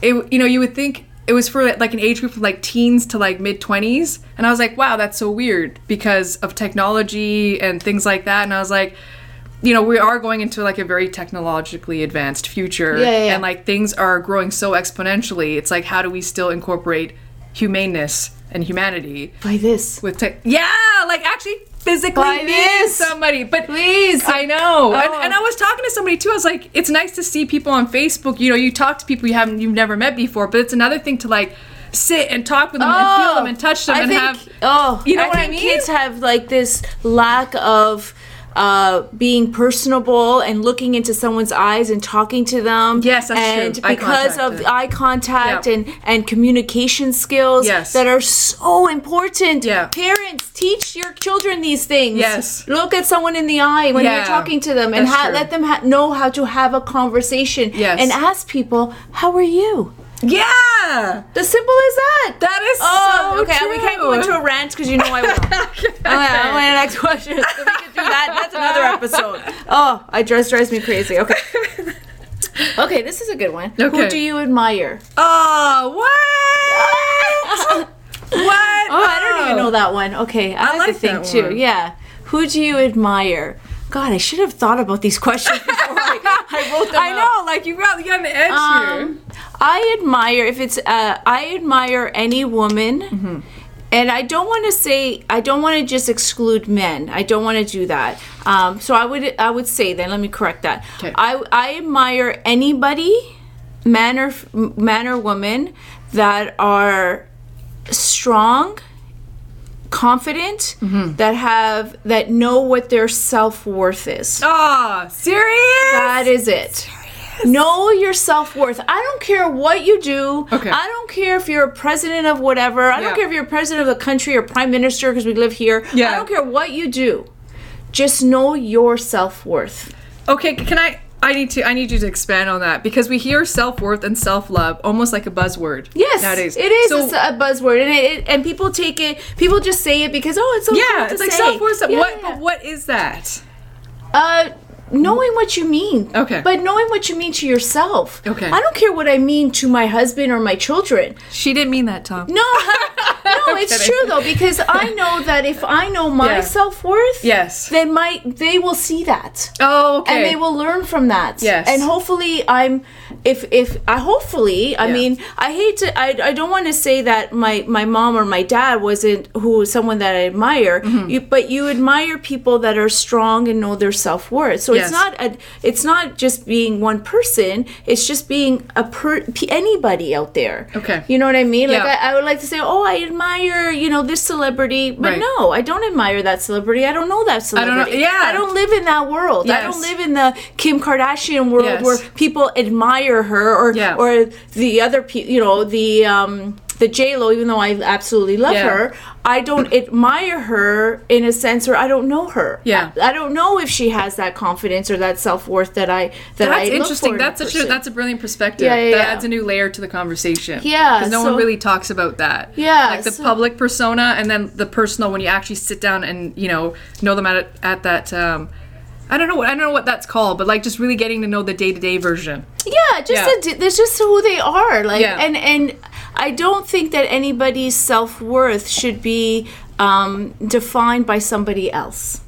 [SPEAKER 1] it you know you would think it was for like an age group from like teens to like mid 20s and i was like wow that's so weird because of technology and things like that and i was like you know, we are going into like a very technologically advanced future,
[SPEAKER 2] Yeah, yeah, yeah.
[SPEAKER 1] and like things are growing so exponentially. It's like, how do we still incorporate humaneness and humanity
[SPEAKER 2] By this.
[SPEAKER 1] with tech? Yeah, like actually physically
[SPEAKER 2] Buy
[SPEAKER 1] meeting
[SPEAKER 2] this.
[SPEAKER 1] somebody. But
[SPEAKER 2] Please.
[SPEAKER 1] I know, and,
[SPEAKER 2] Oh.
[SPEAKER 1] and I was talking to somebody too. I was like, it's nice to see people on Facebook. You know, you talk to people you haven't, you've never met before, but it's another thing to like sit and talk with them and feel them and touch them
[SPEAKER 2] Oh, I
[SPEAKER 1] and
[SPEAKER 2] think-
[SPEAKER 1] have.
[SPEAKER 2] Oh,
[SPEAKER 1] you know
[SPEAKER 2] I
[SPEAKER 1] what I
[SPEAKER 2] think
[SPEAKER 1] mean?
[SPEAKER 2] Kids have like this lack of uh, being personable and looking into someone's eyes and talking to them.
[SPEAKER 1] Yes, that's true.
[SPEAKER 2] and
[SPEAKER 1] Eye
[SPEAKER 2] because of
[SPEAKER 1] contact.
[SPEAKER 2] the eye contact
[SPEAKER 1] Yeah.
[SPEAKER 2] and and communication skills
[SPEAKER 1] Yes.
[SPEAKER 2] that are so important.
[SPEAKER 1] Yeah.
[SPEAKER 2] parents teach your children these things.
[SPEAKER 1] Yes.
[SPEAKER 2] look at someone in the eye when
[SPEAKER 1] Yeah.
[SPEAKER 2] you're talking to them and
[SPEAKER 1] That's
[SPEAKER 2] ha-
[SPEAKER 1] true.
[SPEAKER 2] let them ha- know how to have a conversation.
[SPEAKER 1] Yes.
[SPEAKER 2] and ask people, "How are you?"
[SPEAKER 1] Yeah,
[SPEAKER 2] The simple as that.
[SPEAKER 1] that is
[SPEAKER 2] Oh,
[SPEAKER 1] so
[SPEAKER 2] okay.
[SPEAKER 1] true.
[SPEAKER 2] We can't go into a rant because you know I will. okay, I want the next question. So we can do that. That's another episode. Oh, I dress drives me crazy. Okay. Okay, this is a good one.
[SPEAKER 1] Okay.
[SPEAKER 2] Who do you admire?
[SPEAKER 1] Oh, what? what?
[SPEAKER 2] Oh, I don't even know that one. Okay, I, like to
[SPEAKER 1] like
[SPEAKER 2] think
[SPEAKER 1] that
[SPEAKER 2] too.
[SPEAKER 1] one.
[SPEAKER 2] Yeah. Who do you admire? God, I should have thought about these questions before I, I wrote them.
[SPEAKER 1] I
[SPEAKER 2] up.
[SPEAKER 1] know, like you got you got an edge here.
[SPEAKER 2] Um, I admire if it's uh, I admire any woman, and I don't want to say I don't want to just exclude men. I don't want to do that. Um, so I would I would say then let me correct that.
[SPEAKER 1] 'Kay.
[SPEAKER 2] I I admire anybody, man or f- man or woman that are strong confident that have that know what their self-worth is
[SPEAKER 1] Ah, serious?
[SPEAKER 2] that is it. Know your self worth. I don't care what you do.
[SPEAKER 1] Okay.
[SPEAKER 2] I don't care if you're a president of whatever. I
[SPEAKER 1] Yeah.
[SPEAKER 2] don't care if you're a president of a country or prime minister because we live here.
[SPEAKER 1] Yeah.
[SPEAKER 2] I don't care what you do. Just know your self worth.
[SPEAKER 1] okay, can I? I need to. I need you to expand on that because we hear self worth and self love almost like a buzzword.
[SPEAKER 2] Yes,
[SPEAKER 1] nowadays
[SPEAKER 2] it is
[SPEAKER 1] So,
[SPEAKER 2] It's a buzzword, and it, it- and people take it. People just say it because oh, it's so cool
[SPEAKER 1] yeah,
[SPEAKER 2] to
[SPEAKER 1] it's like
[SPEAKER 2] say.
[SPEAKER 1] self worth.
[SPEAKER 2] Yeah,
[SPEAKER 1] what?
[SPEAKER 2] yeah,
[SPEAKER 1] But what is that?
[SPEAKER 2] Uh, knowing what you mean.
[SPEAKER 1] Okay.
[SPEAKER 2] But knowing what you mean to yourself.
[SPEAKER 1] Okay.
[SPEAKER 2] I don't care what I mean to my husband or my children.
[SPEAKER 1] She didn't mean that, Tom.
[SPEAKER 2] No, no,
[SPEAKER 1] I'm
[SPEAKER 2] it's
[SPEAKER 1] kidding.
[SPEAKER 2] true though because I know that if I know my
[SPEAKER 1] Yeah.
[SPEAKER 2] self worth,
[SPEAKER 1] Yes.
[SPEAKER 2] then my they will see that
[SPEAKER 1] Oh, okay.
[SPEAKER 2] and they will learn from that.
[SPEAKER 1] Yes.
[SPEAKER 2] and hopefully I'm, if if I hopefully I
[SPEAKER 1] Yeah.
[SPEAKER 2] mean I hate to I, I don't want to say that my my mom or my dad wasn't who someone that I admire,
[SPEAKER 1] Mm-hmm.
[SPEAKER 2] you, but you admire people that are strong and know their self worth. So
[SPEAKER 1] Yes.
[SPEAKER 2] it's not a it's not just being one person. It's just being a per p- anybody out there.
[SPEAKER 1] Okay.
[SPEAKER 2] you know what I mean? Like
[SPEAKER 1] Yeah.
[SPEAKER 2] I, I would like to say, oh, I admire you know this celebrity, but
[SPEAKER 1] Right.
[SPEAKER 2] no, I don't admire that celebrity. I don't know that
[SPEAKER 1] don't know-
[SPEAKER 2] celebrity.
[SPEAKER 1] yeah.
[SPEAKER 2] I don't live in that world. I don't
[SPEAKER 1] Yes.
[SPEAKER 2] live in the Kim Kardashian world
[SPEAKER 1] Yes.
[SPEAKER 2] where people admire her or
[SPEAKER 1] Yeah.
[SPEAKER 2] or the other people, you know, the um the J Lo. Even though I absolutely love
[SPEAKER 1] Yeah.
[SPEAKER 2] her, I don't admire her in a sense, or I don't know her.
[SPEAKER 1] Yeah.
[SPEAKER 2] I, I don't know if she has that confidence or that self worth that I that I
[SPEAKER 1] That's
[SPEAKER 2] look for
[SPEAKER 1] interesting.
[SPEAKER 2] in a
[SPEAKER 1] That's such a
[SPEAKER 2] person.
[SPEAKER 1] that's a brilliant perspective.
[SPEAKER 2] Yeah, yeah,
[SPEAKER 1] that
[SPEAKER 2] yeah.
[SPEAKER 1] adds a new layer to the conversation.
[SPEAKER 2] Yeah,
[SPEAKER 1] because no
[SPEAKER 2] so-
[SPEAKER 1] one really talks about that.
[SPEAKER 2] Yeah,
[SPEAKER 1] like the
[SPEAKER 2] so-
[SPEAKER 1] public persona and then the personal when you actually sit down and you know know them at at that. Um, I don't know. what I don't know what that's called, but like just really getting to know the day to day version.
[SPEAKER 2] Yeah, just
[SPEAKER 1] Yeah.
[SPEAKER 2] the di- that's just who they are. Like,
[SPEAKER 1] Yeah.
[SPEAKER 2] and and I don't think that anybody's self worth should be um, defined by somebody else.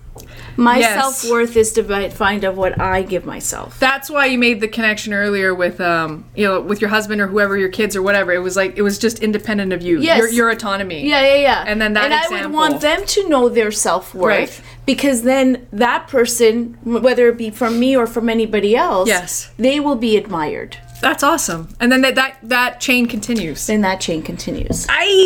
[SPEAKER 2] My
[SPEAKER 1] Yes.
[SPEAKER 2] self worth is defined of what I give myself.
[SPEAKER 1] That's why you made the connection earlier with um you know with your husband or whoever your kids or whatever. It was like it was just independent of you.
[SPEAKER 2] Yes.
[SPEAKER 1] your, your autonomy.
[SPEAKER 2] Yeah, yeah, yeah.
[SPEAKER 1] And then that
[SPEAKER 2] and I would
[SPEAKER 1] example.
[SPEAKER 2] want them to know their self worth
[SPEAKER 1] Right.
[SPEAKER 2] because then that person, w- whether it be from me or from anybody else,
[SPEAKER 1] Yes.
[SPEAKER 2] they will be admired.
[SPEAKER 1] That's awesome. And then that that, that chain continues.
[SPEAKER 2] Then that chain continues.
[SPEAKER 1] Aye,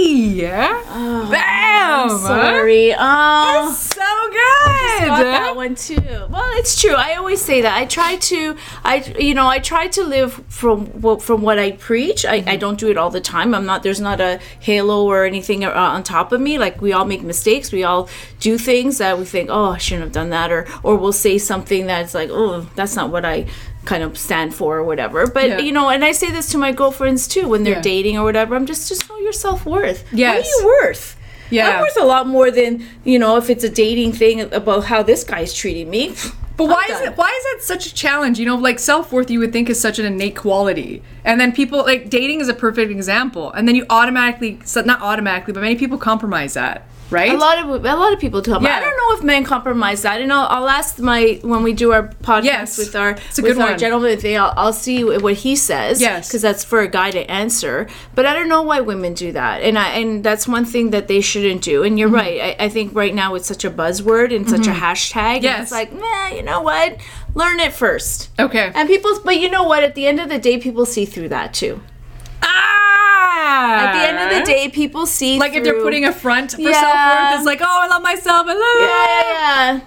[SPEAKER 1] yeah.
[SPEAKER 2] Oh,
[SPEAKER 1] Bam.
[SPEAKER 2] Sorry. Oh.
[SPEAKER 1] So good.
[SPEAKER 2] got that one too. Well, it's true. I always say that. I try to, I you know, I try to live from what from what I preach. I,
[SPEAKER 1] Mm-hmm.
[SPEAKER 2] I don't do it all the time. I'm not. There's not a halo or anything uh, on top of me. Like we all make mistakes. We all do things that we think, oh, I shouldn't have done that, or or we'll say something that's like, oh, that's not what I kind of stand for or whatever. But
[SPEAKER 1] Yeah.
[SPEAKER 2] you know, and I say this to my girlfriends too when they're
[SPEAKER 1] Yeah.
[SPEAKER 2] dating or whatever. I'm just just know your self worth. What
[SPEAKER 1] Yes.
[SPEAKER 2] are you worth?
[SPEAKER 1] Yeah.
[SPEAKER 2] I'm worth a lot more than you know if it's a dating thing about how this guy's treating me.
[SPEAKER 1] But why
[SPEAKER 2] I'm
[SPEAKER 1] is
[SPEAKER 2] done.
[SPEAKER 1] it why is that such a challenge? You know, like self worth you would think is such an innate quality. And then people like dating is a perfect example. And then you automatically so not automatically, but many people compromise that. right?
[SPEAKER 2] A lot of a lot of people do. Yeah. I
[SPEAKER 1] Yeah.
[SPEAKER 2] don't know if men compromise that, and I'll, I'll ask my when we do our podcast
[SPEAKER 1] Yes.
[SPEAKER 2] with our
[SPEAKER 1] a
[SPEAKER 2] with
[SPEAKER 1] good
[SPEAKER 2] our
[SPEAKER 1] one.
[SPEAKER 2] gentleman thing. I'll, I'll see wh- what he says.
[SPEAKER 1] Yes.
[SPEAKER 2] because that's for a guy to answer. But I don't know why women do that, and I and that's one thing that they shouldn't do. And you're right. I, I think right now it's such a buzzword and such a hashtag. and
[SPEAKER 1] Yes.
[SPEAKER 2] it's like meh. You know what? Learn it first.
[SPEAKER 1] okay.
[SPEAKER 2] And people, but you know what? At the end of the day, people see through that too.
[SPEAKER 1] ah!
[SPEAKER 2] At the end of the day, people see
[SPEAKER 1] like if they're
[SPEAKER 2] through-
[SPEAKER 1] putting a front for
[SPEAKER 2] Yeah.
[SPEAKER 1] self worth, it's like, oh, I love myself. I love it.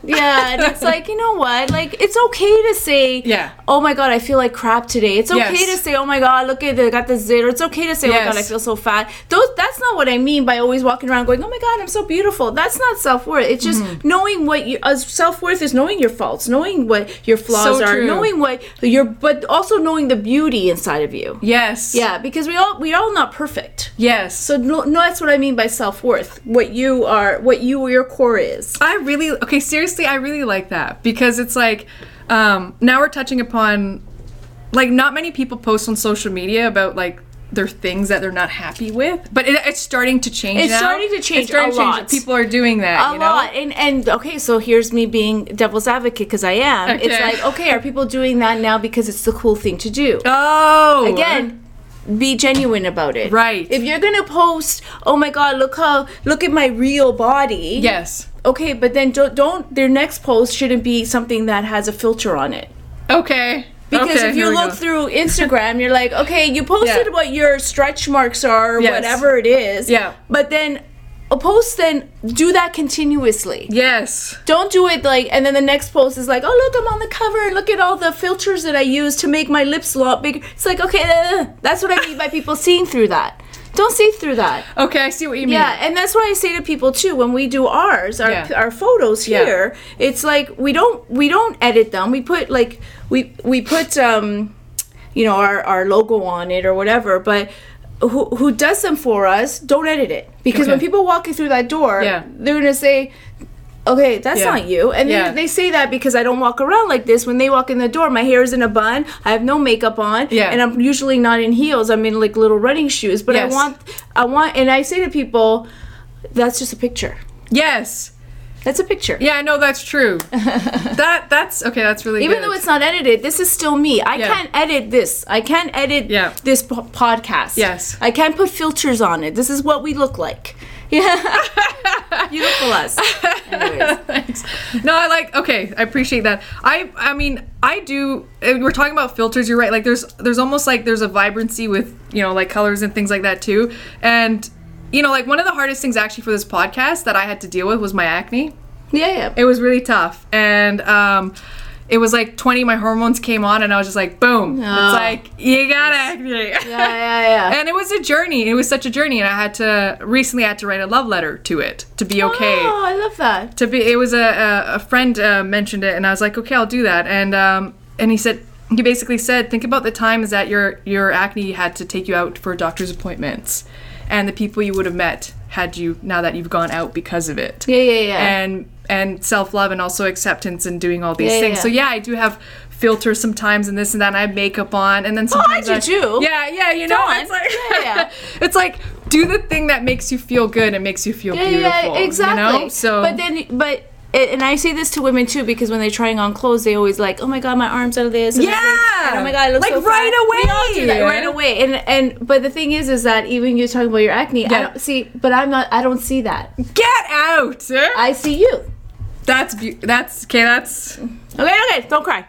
[SPEAKER 2] yeah, yeah. And it's like, you know what? Like, it's okay to say,
[SPEAKER 1] Yeah.
[SPEAKER 2] oh my God, I feel like crap today. It's okay
[SPEAKER 1] Yes.
[SPEAKER 2] to say, oh my God, look at, I got the zit. Or it's okay to say, oh my God, I
[SPEAKER 1] Yes.
[SPEAKER 2] feel so fat. Those, that's not what I mean by always walking around going, oh my God, I'm so beautiful. That's not self worth. It's just
[SPEAKER 1] Mm-hmm.
[SPEAKER 2] knowing what you, uh, self worth is knowing your faults, knowing what your flaws
[SPEAKER 1] So
[SPEAKER 2] are,
[SPEAKER 1] true.
[SPEAKER 2] knowing what your, but also knowing the beauty inside of you.
[SPEAKER 1] Yes.
[SPEAKER 2] Yeah, because we all, we're all not perfect.
[SPEAKER 1] Yes.
[SPEAKER 2] So no, no, that's what I mean by self worth. What you are, what you, your core is.
[SPEAKER 1] I really okay. Seriously, I really like that because it's like um, now we're touching upon like not many people post on social media about like their things that they're not happy with, but it, it's starting to change.
[SPEAKER 2] It's
[SPEAKER 1] now.
[SPEAKER 2] starting to change a lot.
[SPEAKER 1] People are doing that.
[SPEAKER 2] a
[SPEAKER 1] you know?
[SPEAKER 2] lot and and okay so here's me being devil's advocate because i am it's
[SPEAKER 1] Okay.
[SPEAKER 2] like okay are people doing that now because it's the cool thing to do
[SPEAKER 1] Oh,
[SPEAKER 2] again be genuine about it
[SPEAKER 1] Right.
[SPEAKER 2] if you're gonna post oh my god look how look at my real body
[SPEAKER 1] Yes.
[SPEAKER 2] okay but then don't don't their next post shouldn't be something that has a filter on it
[SPEAKER 1] Okay.
[SPEAKER 2] because
[SPEAKER 1] Okay,
[SPEAKER 2] if
[SPEAKER 1] here
[SPEAKER 2] you
[SPEAKER 1] we
[SPEAKER 2] look
[SPEAKER 1] go.
[SPEAKER 2] through Instagram, you're like, okay, you posted
[SPEAKER 1] Yeah.
[SPEAKER 2] what your stretch marks are, or
[SPEAKER 1] Yes.
[SPEAKER 2] whatever it is.
[SPEAKER 1] Yeah.
[SPEAKER 2] But then a post, then do that continuously.
[SPEAKER 1] yes,
[SPEAKER 2] Don't do it like, and then the next post is like, oh, look, I'm on the cover. and Look at all the filters that I use to make my lips a lot bigger. It's like, okay, uh, that's what I mean by people seeing through that. Don't see through that.
[SPEAKER 1] okay, I see what you mean.
[SPEAKER 2] Yeah, and that's why I say to people too when we do ours, our,
[SPEAKER 1] Yeah.
[SPEAKER 2] our photos
[SPEAKER 1] Yeah.
[SPEAKER 2] here, it's like we don't we don't edit them. We put like we we put um you know our our logo on it or whatever, but who, who does them for us don't edit it because when
[SPEAKER 1] Okay.
[SPEAKER 2] people walk you through that door
[SPEAKER 1] Yeah.
[SPEAKER 2] they're gonna say okay that's
[SPEAKER 1] Yeah.
[SPEAKER 2] not you and
[SPEAKER 1] Yeah.
[SPEAKER 2] then they say that because i don't walk around like this when they walk in the door my hair is in a bun i have no makeup on
[SPEAKER 1] Yeah.
[SPEAKER 2] and i'm usually not in heels i'm in like little running shoes but
[SPEAKER 1] Yes.
[SPEAKER 2] i want I want, and I say to people, that's just a picture.
[SPEAKER 1] Yes.
[SPEAKER 2] That's a picture.
[SPEAKER 1] Yeah, I know that's true. that that's okay. That's really
[SPEAKER 2] Even
[SPEAKER 1] good.
[SPEAKER 2] though it's not edited, this is still me. I
[SPEAKER 1] Yeah.
[SPEAKER 2] can't edit this. I can't edit
[SPEAKER 1] Yeah.
[SPEAKER 2] this po- podcast.
[SPEAKER 1] Yes.
[SPEAKER 2] I can't put filters on it. This is what we look like. Yeah. Beautiful us. Anyways.
[SPEAKER 1] Thanks. No, I like. Okay, I appreciate that. I I mean, I do. eh, We're talking about filters. You're right. Like, there's there's almost like there's a vibrancy with you know like colors and things like that too. And you know, like one of the hardest things actually for this podcast that I had to deal with was my acne.
[SPEAKER 2] Yeah, yeah.
[SPEAKER 1] It was really tough, and um, it was like 20. My hormones came on, and I was just like, boom.
[SPEAKER 2] Oh.
[SPEAKER 1] It's like you got acne.
[SPEAKER 2] Yeah, yeah, yeah.
[SPEAKER 1] And it was a journey. It was such a journey, and I had to recently I had to write a love letter to it to be okay
[SPEAKER 2] Oh, I love that.
[SPEAKER 1] to be it was a a, a friend uh, mentioned it and i was like okay i'll do that and um and he said he basically said think about the times that your your acne had to take you out for doctor's appointments and the people you would have met had you now that you've gone out because of it
[SPEAKER 2] Yeah, yeah, yeah.
[SPEAKER 1] and and self-love and also acceptance and doing all these
[SPEAKER 2] Yeah,
[SPEAKER 1] things
[SPEAKER 2] yeah.
[SPEAKER 1] so yeah i do have filters sometimes and this and that and i have makeup on and then sometimes
[SPEAKER 2] Oh, I do too.
[SPEAKER 1] yeah yeah you know
[SPEAKER 2] Go on.
[SPEAKER 1] it's like
[SPEAKER 2] Yeah, yeah.
[SPEAKER 1] it's like do the thing that makes you feel good and makes you feel beautiful you know?
[SPEAKER 2] exactly.
[SPEAKER 1] so
[SPEAKER 2] but then, but and I say this to women too because when they're trying on clothes, they always like, oh my god, my arms are this. and this,
[SPEAKER 1] Yeah!
[SPEAKER 2] and oh my god, I look
[SPEAKER 1] Like,
[SPEAKER 2] so fat."
[SPEAKER 1] right away!
[SPEAKER 2] We all do that right away. And and but the thing is, is that even you talking about your acne, I
[SPEAKER 1] Yeah.
[SPEAKER 2] don't see. But I'm not. I don't see that.
[SPEAKER 1] Get out! I,
[SPEAKER 2] I see you.
[SPEAKER 1] that's beau- that's okay. That's
[SPEAKER 2] Okay, okay, don't cry.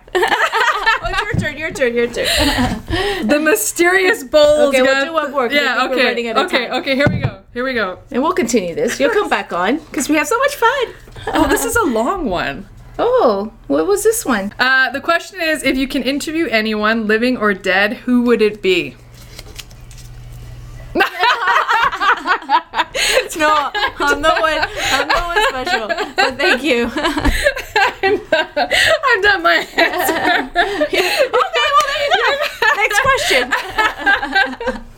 [SPEAKER 2] oh, your turn. Your turn. Your turn.
[SPEAKER 1] the mysterious bowl.
[SPEAKER 2] Okay, we'll do one more, 'cause I
[SPEAKER 1] Yeah.
[SPEAKER 2] think we're
[SPEAKER 1] Okay.
[SPEAKER 2] running out of
[SPEAKER 1] Okay.
[SPEAKER 2] time.
[SPEAKER 1] Okay. Here we go. Here we go.
[SPEAKER 2] And we'll continue this. You'll come back on because we have so much fun.
[SPEAKER 1] Oh, this is a long one.
[SPEAKER 2] Oh, what was this one?
[SPEAKER 1] Uh, the question is, if you can interview anyone, living or dead, who would it be?
[SPEAKER 2] No, I'm no one. I'm no one special. But thank you.
[SPEAKER 1] I'm done, I'm done my answer. okay. Well, there you go.
[SPEAKER 2] Next question.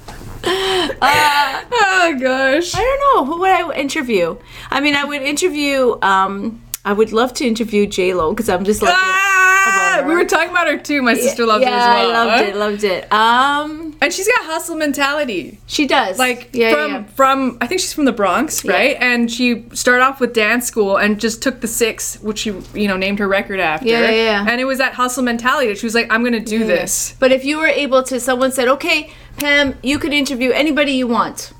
[SPEAKER 2] Uh,
[SPEAKER 1] Oh gosh.
[SPEAKER 2] I don't know. Who would I interview? I mean, I would interview. Um, I would love to interview J Lo because I'm just like.
[SPEAKER 1] Ah,
[SPEAKER 2] her.
[SPEAKER 1] we were talking about her too. My sister loves
[SPEAKER 2] yeah,
[SPEAKER 1] her as well.
[SPEAKER 2] I loved it. Loved it. Um,
[SPEAKER 1] and she's got hustle mentality.
[SPEAKER 2] She does.
[SPEAKER 1] Like
[SPEAKER 2] yeah,
[SPEAKER 1] from
[SPEAKER 2] yeah, yeah.
[SPEAKER 1] from I think she's from the Bronx, right? And she started off with dance school and just took the six, which she you know named her record after.
[SPEAKER 2] Yeah, yeah, yeah.
[SPEAKER 1] And it was that hustle mentality. that She was like, I'm gonna do this.
[SPEAKER 2] But if you were able to, someone said, "Okay, Pam, you can interview anybody you want."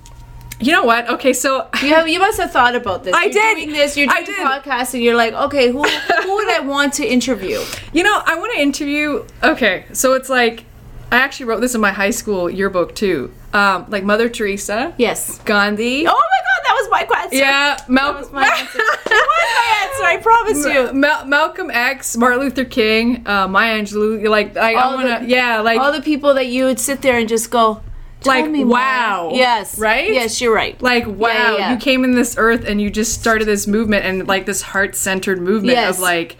[SPEAKER 1] You know what? Okay, so
[SPEAKER 2] You have you must have thought about this.
[SPEAKER 1] I
[SPEAKER 2] you're
[SPEAKER 1] did.
[SPEAKER 2] Doing this, you're
[SPEAKER 1] I
[SPEAKER 2] doing
[SPEAKER 1] did.
[SPEAKER 2] podcasts, and you're like, okay, who who would I want to interview?
[SPEAKER 1] You know, I want to interview. Okay, so it's like I actually wrote this in my high school yearbook too. Um, like Mother Teresa.
[SPEAKER 2] Yes.
[SPEAKER 1] Gandhi.
[SPEAKER 2] Oh my god, that was my question.
[SPEAKER 1] yeah,
[SPEAKER 2] that was
[SPEAKER 1] Malcolm.
[SPEAKER 2] my answer. that was my answer. I promise you.
[SPEAKER 1] Mal- Malcolm X, Martin Luther King, uh, Maya Angelou. Like I,
[SPEAKER 2] All
[SPEAKER 1] I want
[SPEAKER 2] the-
[SPEAKER 1] to. Yeah, like
[SPEAKER 2] All the people that you would sit there and just go, Tell
[SPEAKER 1] Like,
[SPEAKER 2] me more."
[SPEAKER 1] wow.
[SPEAKER 2] Yes.
[SPEAKER 1] Right?
[SPEAKER 2] Yes, you're right.
[SPEAKER 1] like wow,
[SPEAKER 2] yeah.
[SPEAKER 1] you came in this earth and you just started this movement and like this heart-centered movement
[SPEAKER 2] Yes.
[SPEAKER 1] of like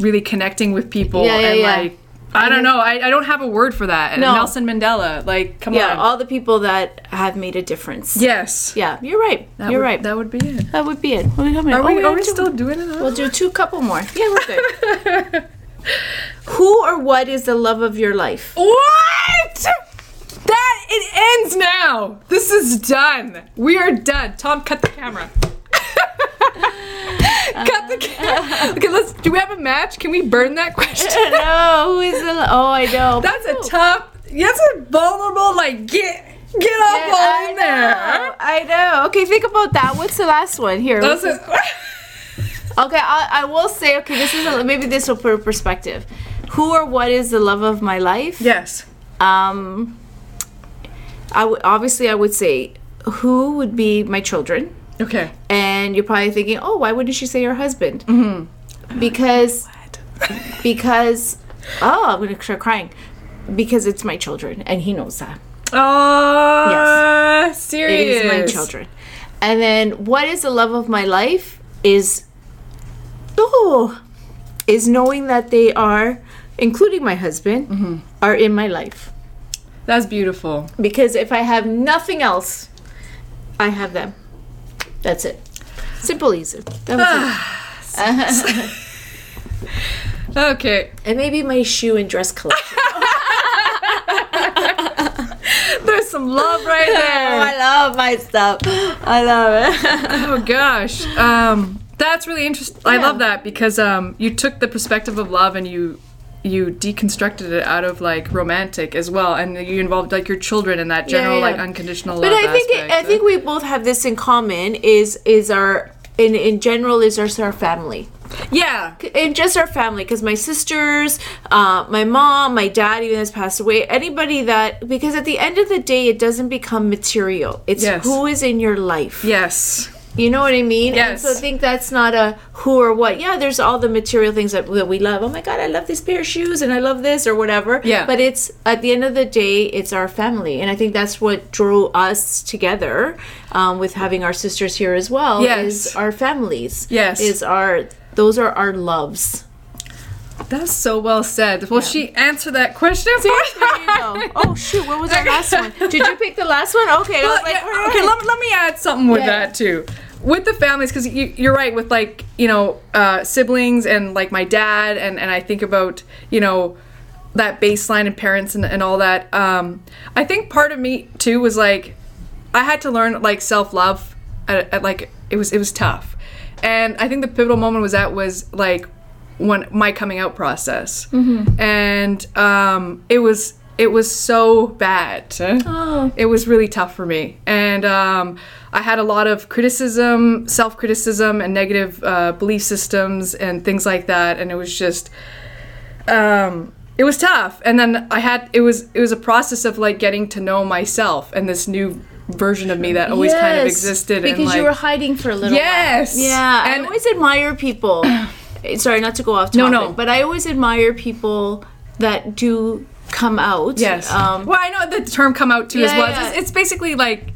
[SPEAKER 1] really connecting with people
[SPEAKER 2] Yeah, yeah,
[SPEAKER 1] and
[SPEAKER 2] yeah.
[SPEAKER 1] like. I don't know. I, I don't have a word for that. And
[SPEAKER 2] No.
[SPEAKER 1] Nelson Mandela. Like, come
[SPEAKER 2] yeah,
[SPEAKER 1] on.
[SPEAKER 2] all the people that have made a difference.
[SPEAKER 1] yes.
[SPEAKER 2] Yeah, you're right.
[SPEAKER 1] That
[SPEAKER 2] you're
[SPEAKER 1] would-
[SPEAKER 2] right.
[SPEAKER 1] That
[SPEAKER 2] That,
[SPEAKER 1] would be it.
[SPEAKER 2] would be it. What Are we, coming?
[SPEAKER 1] Are
[SPEAKER 2] Oh,
[SPEAKER 1] we,
[SPEAKER 2] we
[SPEAKER 1] are
[SPEAKER 2] have
[SPEAKER 1] we
[SPEAKER 2] two-
[SPEAKER 1] still doing it?
[SPEAKER 2] We'll do two couple more. Yeah, we're good. Who or what is the love of your life?
[SPEAKER 1] what? That it ends now. This is done. We are done. Tom, cut the camera. cut
[SPEAKER 2] Uh,
[SPEAKER 1] the camera. Okay, let's. Do we have a match? Can we burn that question?
[SPEAKER 2] no, who is the? lo- Oh, I know.
[SPEAKER 1] That's
[SPEAKER 2] Oh.
[SPEAKER 1] a tough. That's a vulnerable. Like get get up
[SPEAKER 2] Yeah,
[SPEAKER 1] all
[SPEAKER 2] I
[SPEAKER 1] in there.
[SPEAKER 2] know, I know. Okay, think about that. What's the last one here?
[SPEAKER 1] That's
[SPEAKER 2] what's
[SPEAKER 1] a,
[SPEAKER 2] this- okay, I, I will say. Okay, this is a, maybe this will put a perspective. Who or what is the love of my life?
[SPEAKER 1] yes.
[SPEAKER 2] Um, I would obviously I would say who would be my children.
[SPEAKER 1] Okay.
[SPEAKER 2] And you're probably thinking, oh, why wouldn't she say her husband? Mm-hmm. Because because oh, I'm gonna start crying because it's my children, and he knows that.
[SPEAKER 1] Oh, yes. serious.
[SPEAKER 2] It is my children. And then what is the love of my life is oh is knowing that they are, including my husband, are in my life.
[SPEAKER 1] That's beautiful.
[SPEAKER 2] Because if I have nothing else, I have them. That's it. Simple easy. That was
[SPEAKER 1] Ah. Okay.
[SPEAKER 2] it. And maybe my shoe and dress collection.
[SPEAKER 1] There's some love right there.
[SPEAKER 2] Oh, love my stuff. I love it.
[SPEAKER 1] oh gosh um that's really interesting i
[SPEAKER 2] Yeah.
[SPEAKER 1] love that because um you took the perspective of love and you you deconstructed it out of like romantic as well and you involved like your children in that
[SPEAKER 2] Yeah,
[SPEAKER 1] general
[SPEAKER 2] yeah.
[SPEAKER 1] like unconditional
[SPEAKER 2] But
[SPEAKER 1] love
[SPEAKER 2] I think it,
[SPEAKER 1] aspect.
[SPEAKER 2] I think we both have this in common. Is is our in in general is our, our family.
[SPEAKER 1] yeah
[SPEAKER 2] and just our family because my sisters uh, my mom my dad even has passed away anybody that because at the end of the day it doesn't become material it's
[SPEAKER 1] Yes.
[SPEAKER 2] who is in your life
[SPEAKER 1] yes
[SPEAKER 2] you know what i mean and
[SPEAKER 1] Yes.
[SPEAKER 2] so i think that's not a who or what yeah there's all the material things that, that we love oh my god i love this pair of shoes and i love this or whatever
[SPEAKER 1] Yeah.
[SPEAKER 2] but it's at the end of the day it's our family and i think that's what drew us together um, with having our sisters here as well
[SPEAKER 1] Yes.
[SPEAKER 2] is our families
[SPEAKER 1] Yes.
[SPEAKER 2] is our those are our loves
[SPEAKER 1] that's so well said will she answer that question for us?
[SPEAKER 2] There you go. Oh shoot, what was our last one? Did you pick the last one? Okay, I was
[SPEAKER 1] Well,
[SPEAKER 2] like,
[SPEAKER 1] yeah,
[SPEAKER 2] all
[SPEAKER 1] okay
[SPEAKER 2] right.
[SPEAKER 1] let, let me add something with
[SPEAKER 2] Yeah.
[SPEAKER 1] that too with the families because you, you're right with like you know uh, siblings and like my dad and and i think about you know that baseline and parents and, and all that um i think part of me too was like i had to learn like self-love at, at like it was it was tough and i think the pivotal moment was that was like when my coming out process
[SPEAKER 2] Mm-hmm.
[SPEAKER 1] and um it was it was so bad
[SPEAKER 2] Oh.
[SPEAKER 1] it was really tough for me and um, i had a lot of criticism self-criticism and negative uh, belief systems and things like that and it was just um, it was tough and then i had it was it was a process of like getting to know myself and this new version of me that always kind of
[SPEAKER 2] Yes,
[SPEAKER 1] existed
[SPEAKER 2] because
[SPEAKER 1] and like
[SPEAKER 2] you were hiding for a little.
[SPEAKER 1] Yes.
[SPEAKER 2] While. Yeah,
[SPEAKER 1] And-
[SPEAKER 2] I always admire people. Eh, Sorry, not to go off topic.
[SPEAKER 1] No, no.
[SPEAKER 2] But I always admire people that do come out.
[SPEAKER 1] yes
[SPEAKER 2] Um,
[SPEAKER 1] well i know the term come out too as
[SPEAKER 2] Yeah,
[SPEAKER 1] well
[SPEAKER 2] yeah.
[SPEAKER 1] It's, it's basically like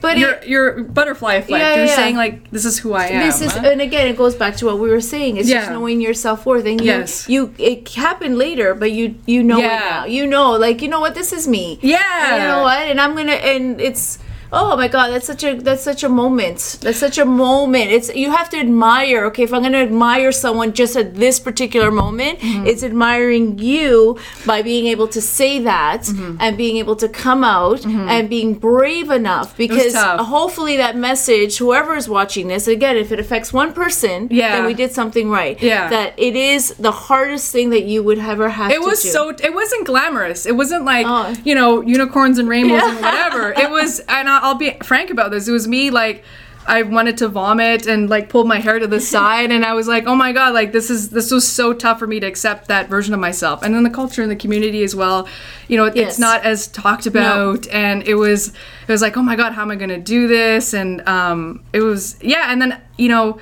[SPEAKER 2] but it-
[SPEAKER 1] your your butterfly effect
[SPEAKER 2] Yeah,
[SPEAKER 1] you're
[SPEAKER 2] yeah.
[SPEAKER 1] saying like this is who i am
[SPEAKER 2] This is, and again, it goes back to what we were saying. It's just
[SPEAKER 1] Yeah.
[SPEAKER 2] knowing your self worth, and you,
[SPEAKER 1] Yes.
[SPEAKER 2] you, it happened later, but you, you know
[SPEAKER 1] Yeah.
[SPEAKER 2] it now. You know, like you know what this is me.
[SPEAKER 1] Yeah.
[SPEAKER 2] And you know what, and I'm gonna, and it's oh my god that's such a that's such a moment that's such a moment it's you have to admire okay if i'm going to admire someone just at this particular moment
[SPEAKER 1] Mm-hmm.
[SPEAKER 2] it's admiring you by being able to say that
[SPEAKER 1] Mm-hmm.
[SPEAKER 2] and being able to come out and being brave enough because
[SPEAKER 1] tough.
[SPEAKER 2] hopefully that message whoever is watching this again if it affects one person
[SPEAKER 1] Yeah.
[SPEAKER 2] then we did something right
[SPEAKER 1] Yeah.
[SPEAKER 2] that it is the hardest thing that you would ever have
[SPEAKER 1] It
[SPEAKER 2] to
[SPEAKER 1] was
[SPEAKER 2] do.
[SPEAKER 1] so. It wasn't glamorous. It wasn't like
[SPEAKER 2] Oh.
[SPEAKER 1] you know unicorns and rainbows and
[SPEAKER 2] Yeah.
[SPEAKER 1] whatever. It was, and I- I'll be frank about this. It was me like. I wanted to vomit and like pulled my hair to the side and I was like, "Oh my god, like this is this was so tough for me to accept that version of myself." And then the culture and the community as well, you know, it- it's
[SPEAKER 2] Yes.
[SPEAKER 1] not as talked about and it was it was like, "Oh my god, how am I going to do this?" And um it was yeah, and then, you know,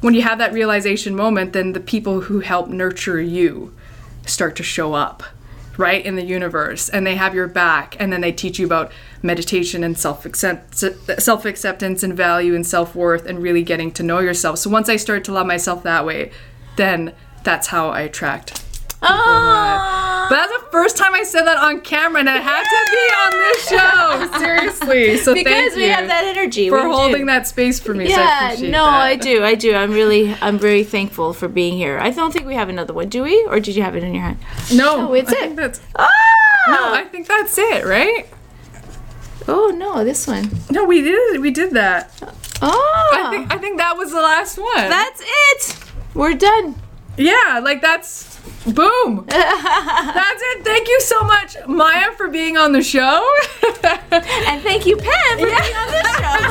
[SPEAKER 1] when you have that realization moment, then the people who help nurture you start to show up right in the universe and they have your back and then they teach you about meditation and self self acceptance and value and self-worth and really getting to know yourself. So once I started to love myself that way, then that's how I attract.
[SPEAKER 2] Ah.
[SPEAKER 1] But that's the first time I said that on camera and it had to be on this show. Seriously. So
[SPEAKER 2] because
[SPEAKER 1] thank
[SPEAKER 2] we
[SPEAKER 1] you
[SPEAKER 2] have that energy
[SPEAKER 1] for
[SPEAKER 2] We do.
[SPEAKER 1] holding that space for me. so I
[SPEAKER 2] Yeah,
[SPEAKER 1] appreciate
[SPEAKER 2] no,
[SPEAKER 1] that.
[SPEAKER 2] I do, I do. I'm really, I'm very thankful for being here. I don't think we have another one, do we? Or did you have it in your hand?
[SPEAKER 1] No,
[SPEAKER 2] No, it's
[SPEAKER 1] I
[SPEAKER 2] it.
[SPEAKER 1] Think that's,
[SPEAKER 2] Ah!
[SPEAKER 1] no, I think that's it, right?
[SPEAKER 2] oh no, this one.
[SPEAKER 1] No, we did we did that.
[SPEAKER 2] Oh,
[SPEAKER 1] I think I think that was the last one.
[SPEAKER 2] that's it. We're done.
[SPEAKER 1] yeah, like that's boom. that's it. Thank you so much, Maya, for being on the show.
[SPEAKER 2] And thank you, Pam, for being on this show.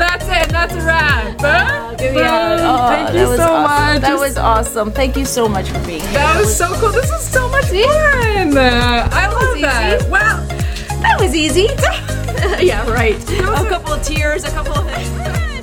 [SPEAKER 1] that's it. That's a wrap. Boom.
[SPEAKER 2] Give me out.
[SPEAKER 1] Boom.
[SPEAKER 2] Oh,
[SPEAKER 1] Thank
[SPEAKER 2] that
[SPEAKER 1] you
[SPEAKER 2] was
[SPEAKER 1] so
[SPEAKER 2] awesome.
[SPEAKER 1] much.
[SPEAKER 2] That was awesome. Thank you so much for being here.
[SPEAKER 1] that was so cool. This is so much fun. Uh, I love
[SPEAKER 2] was
[SPEAKER 1] that.
[SPEAKER 2] easy.
[SPEAKER 1] Wow.
[SPEAKER 2] That was easy. yeah, right.
[SPEAKER 1] was
[SPEAKER 2] A
[SPEAKER 1] a-
[SPEAKER 2] couple of tears, a couple of.